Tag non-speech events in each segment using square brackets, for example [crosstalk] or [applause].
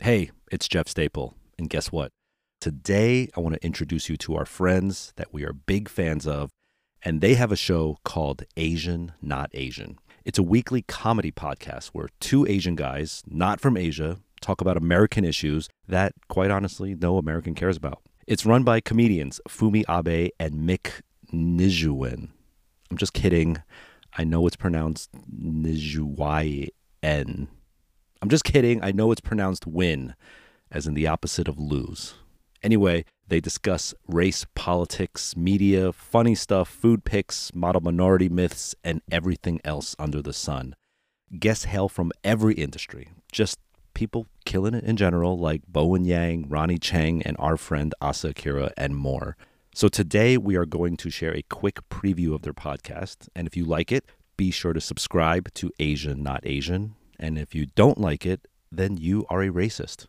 Hey, it's Jeff Staple. And guess what? Today, I want to introduce you to our friends that we are big fans of, and they have a show called Asian Not Asian. It's a weekly comedy podcast where two Asian guys, not from Asia, talk about American issues that, quite honestly, no American cares about. It's run by comedians Fumi Abe and Mick Nijuin. I'm just kidding. I know it's pronounced Nijuyen. I'm just kidding. I know it's pronounced win, as in the opposite of lose. Anyway, they discuss race, politics, media, funny stuff, food picks, model minority myths, and everything else under the sun. Guests hail from every industry, just people killing it in general, like Bowen Yang, Ronnie Chang, and our friend Asa Akira, and more. So today we are going to share a quick preview of their podcast. And if you like it, be sure to subscribe to Asian Not Asian. And if you don't like it, then you are a racist.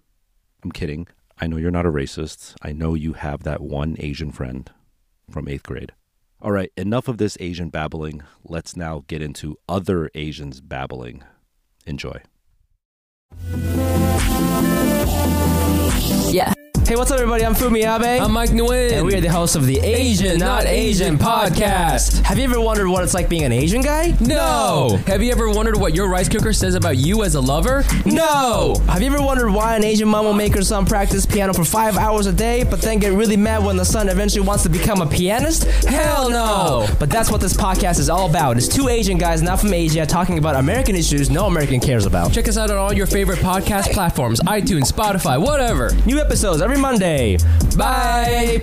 I'm kidding. I know you're not a racist. I know you have that one Asian friend from eighth grade. All right, enough of this Asian babbling. Let's now get into other Asians babbling. Enjoy. Yeah. Hey, what's up, everybody? I'm Fumi Abe. I'm Mike Nguyen. and we are the hosts of the Asian Not Asian podcast. Have you ever wondered what it's like being an Asian guy? No! Have you ever wondered what your rice cooker says about you as a lover? No! Have you ever wondered why an Asian mom will make her son practice piano for five hours a day, but then get really mad when the son eventually wants to become a pianist? Hell no! But that's what this podcast is all about. It's two Asian guys not from Asia talking about American issues no American cares about. Check us out on all your favorite podcast platforms iTunes, Spotify, whatever. New episodes every Monday. Bye!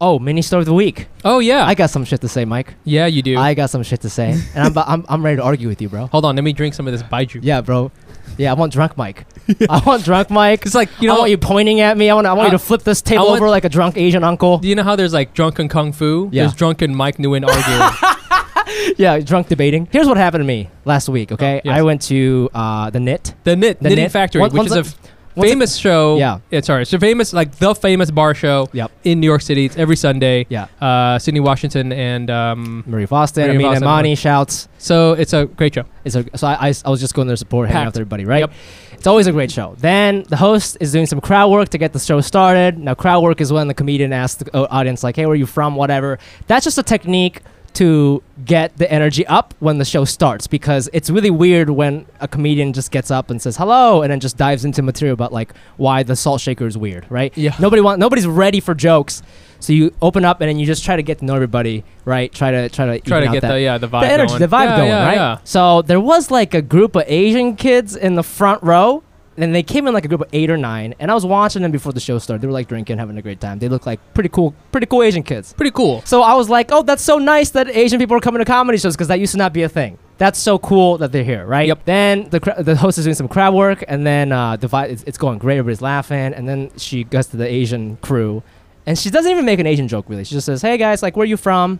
Oh, mini story of the week. Oh, yeah. I got some shit to say, Mike. yeah, you do. I got some shit to say, and I'm, I'm I'm ready to argue with you, bro. Hold on, let me drink some of this baiju. Yeah, bro. Yeah, I want drunk [laughs] Mike. I want drunk Mike. It's like, you know, I want you pointing at me. I want I want you I- to flip this table I want- over like a drunk Asian uncle. Do you know how there's like drunken kung fu? Yeah. There's drunken Mike Nguyen [laughs] arguing. Yeah, drunk debating. Here's what happened to me last week. Okay, Oh, yes. I went to uh, the knit. the Knit, The Knitting Knit. Factory, Once- once which is a I- once I- famous show. Yeah. It's sorry. It's a famous, like the famous bar show Yep. in New York City. It's every Sunday. Yeah. Uh, Sydney Washington and um, Marie Faustin, Maria I mean, Faustin, Imani right. shouts. so it's a great show. It's a, so I, I, I was just going there to support, hanging out Packed. with everybody, right? Yep. It's always a great show. Then the host is doing some crowd work to get the show started. Now, crowd work is when the comedian asks the o- audience, like, hey, where are you from? Whatever. That's just a technique to get the energy up when the show starts because it's really weird when a comedian just gets up and says hello and then just dives into material about like why the salt shaker is weird, right? Yeah. Nobody want nobody's ready for jokes. So you open up and then you just try to get to know everybody, right? Try to try to Try to even out get that the yeah the vibe the energy, going. the vibe Yeah, going, yeah, right? yeah. So there was like a group of Asian kids in the front row, and they came in like a group of eight or nine. And I was watching them before the show started. They were like drinking, having a great time. They look like pretty cool, pretty cool Asian kids. Pretty cool. So I was like, oh, that's so nice that Asian people are coming to comedy shows because that used to not be a thing. That's so cool that they're here, right? Yep. Then the cra- the host is doing some crowd work, and then uh, the vi- it's, it's going great. Everybody's laughing, and then she goes to the Asian crew, and she doesn't even make an Asian joke really. She just says, "Hey guys, like, where you from?"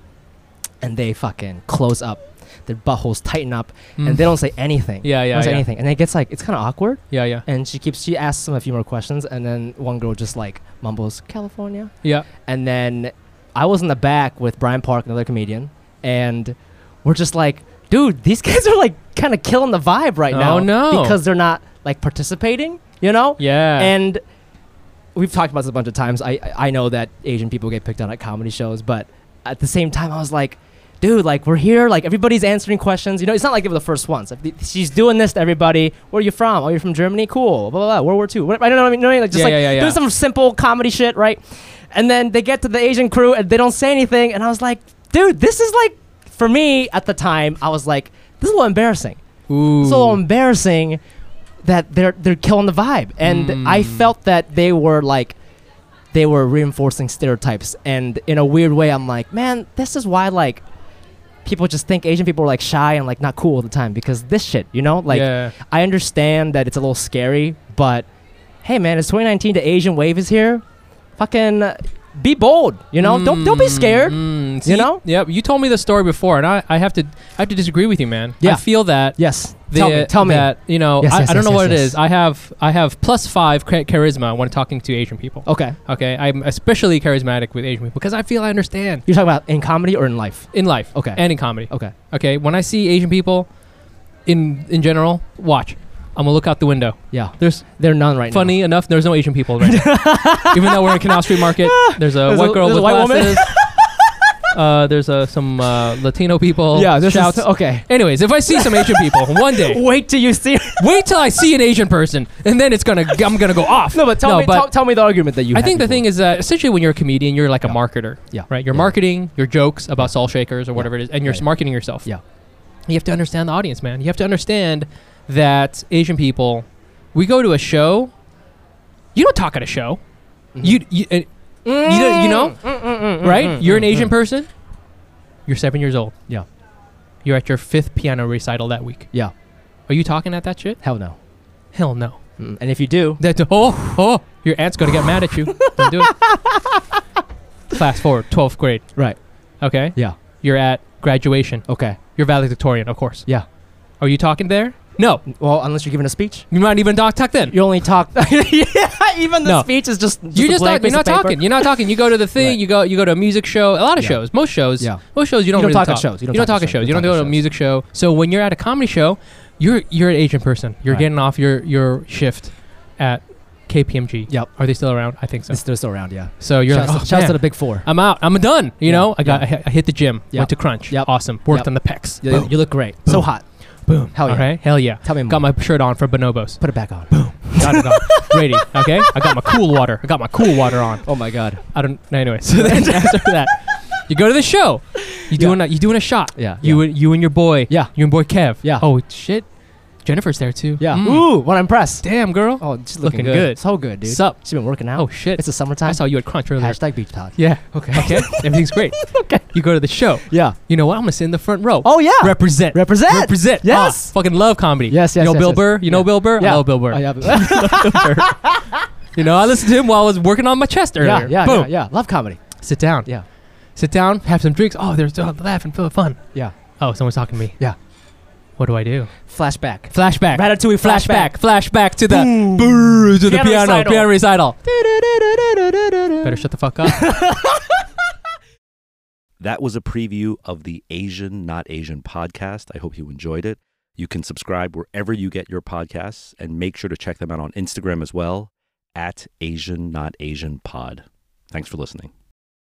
And they fucking close up, their buttholes tighten up, Mm. and they don't say anything. Yeah, They yeah, don't say yeah. anything, and it gets like it's kind of awkward. Yeah, yeah, And she keeps she asks them a few more questions, and then one girl just like mumbles, "California." yeah. and then I was in the back with Brian Park, another comedian, and we're just like, dude, these [laughs] guys are like kind of killing the vibe right now. Oh, no. because they're not like participating, you know? Yeah. And we've talked about this a bunch of times. I I know that Asian people get picked on at comedy shows, but at the same time, I was like. Dude, like we're here, like everybody's answering questions. You know, it's not like they were the first ones. Like, th- she's doing this to everybody. Where are you from? Oh, you're from Germany. Cool. Blah blah. blah. World War Two. What, I don't know. What I mean, You know what I mean? like just Yeah, like yeah, yeah, yeah. doing some simple comedy shit, right? And then they get to the Asian crew and they don't say anything. And I was like, dude, this is like, for me at the time, I was like, this is a little embarrassing. Ooh. It's a little embarrassing that they're they're killing the vibe. And I Mm. felt that they were like, they were reinforcing stereotypes. And in a weird way, I'm like, man, this is why like. People just think Asian people are like shy and like not cool all the time because this shit, you know? Like, yeah. I understand that it's a little scary, but hey, man, it's 2019. The Asian wave is here. Fucking uh, be bold, you know. don't don't be scared. Mm, you know? Yep. You told me the story before, and I, I have to I have to disagree with you, man. I Yeah. feel that. Yes, the- tell me, tell me. that you know Yes, I, yes, I don't yes, know what yes, it yes. is. I have I have plus five cha- charisma when talking to Asian people. okay, Okay, I'm especially charismatic with Asian people because I feel I understand you're talking about in comedy or in life? in life. Okay. and in comedy. Okay, Okay, when I see Asian people, in in general, watch. I'm gonna look out the window. Yeah, There's they're none right funny enough, there's no Asian [laughs] people right now. Even though we're in Canal Street Market, there's a There's white a- girl there's a with white woman. glasses. [laughs] uh, there's uh, some uh, Latino people. now. Yeah, there's shouts. okay. Anyways, if I see some Asian people one day, Wait till you see. [laughs] wait till I see an Asian person, and then it's gonna I'm gonna go off. no, but tell me, tell, tell me the argument that you. I had think the before. thing is that essentially when you're a comedian, you're like a Yeah. marketer. Yeah. Right. You're Yeah. marketing your jokes about salt shakers or whatever it is, and you're Yeah, yeah. marketing yourself. Yeah. You have to understand the audience, man. You have to understand that Asian people, we go to a show. You don't talk at a show. Mm-hmm. You you and you, don't- you know Mm, right? you're an Asian person. You're seven years old. Yeah. You're at your fifth piano recital that week. Yeah. Are you talking at that shit? Hell no. Hell no. Mm, And if you do, That oh oh, your aunt's gonna get mad at you. Don't [laughs] do it. Fast forward, twelfth grade. Right. Okay. Yeah. You're at graduation. okay. You're valedictorian, of course. Yeah. Are you talking there? No. Well, unless you're giving a speech, You're not even talk talk then. you only talk. [laughs] yeah, even the No. speech is just. You're a blank just talking. You're piece not of paper. talking. You're not talking. You go [laughs] to the thing. Right. You go. You go to a music show. A lot of Yeah. shows. Most shows. Yeah. most shows you don't, don't really talk at shows. You don't talk at shows. You don't go to a shows. music show. So when you're at a comedy show, you're you're an Asian person. You're Right. getting off your your shift at KPMG. Yep. Are they still around? I think so. It's they're still around. Yeah. So you're shouts like, oh, to, shouts man, to the big four. I'm out. I'm done. You Yeah. know, I got. I, hit- I hit the gym. Yep. Went to crunch. Yep. Awesome. Worked Yep. on the pecs. You, Boom. you look great. So hot. Boom. Hell yeah. All right. Hell yeah. Tell me more. Got my shirt on for bonobos. Put it back on. Got [laughs] it on. Ready. Okay. I got my cool water. I got my cool water on. Oh my god. I don't. Anyway, so [laughs] then after that, you go to the show. You doing a you doing a shot. Yeah. You yeah. and you and your boy. Yeah. You and boy Kev. Yeah. Oh shit, Jennifer's there too. Yeah. Mm. Ooh, what I'm impressed. Damn girl. Oh, just Looking looking, good. So good, dude. Sup? She's been working out. Oh shit. it's the summertime. I saw you at Crunch earlier. Hashtag beach pod. Yeah. Okay. [laughs] Okay. Everything's great. okay. You go to the show. Yeah. You know what? I'm gonna sit in the front row. Oh yeah. Represent. Represent. Represent. Yes. Ah, fucking love comedy. Yes, yes, You know yes, Bill yes. Burr. You know Yeah. Bill Burr. Yeah. I love Bill Burr. Oh, yeah. yeah, You know I listened to him while I was working on my chest earlier. yeah, yeah, Boom. yeah. Love comedy. Sit down. Yeah. Sit down. Have some drinks. Oh, there's uh, laugh and feel fun. Yeah. Oh, someone's talking to me. Yeah. What do I do? Flashback. Flashback. Ratatouille flashback. Flashback to the brrr, to the Piano piano recital. piano recital. flashback. Better shut the fuck up. That was a preview of the Asian Not Asian podcast. I hope you enjoyed it. You can subscribe wherever you get your podcasts and make sure to check them out on Instagram as well at Asian Not Asian Pod. Thanks for listening.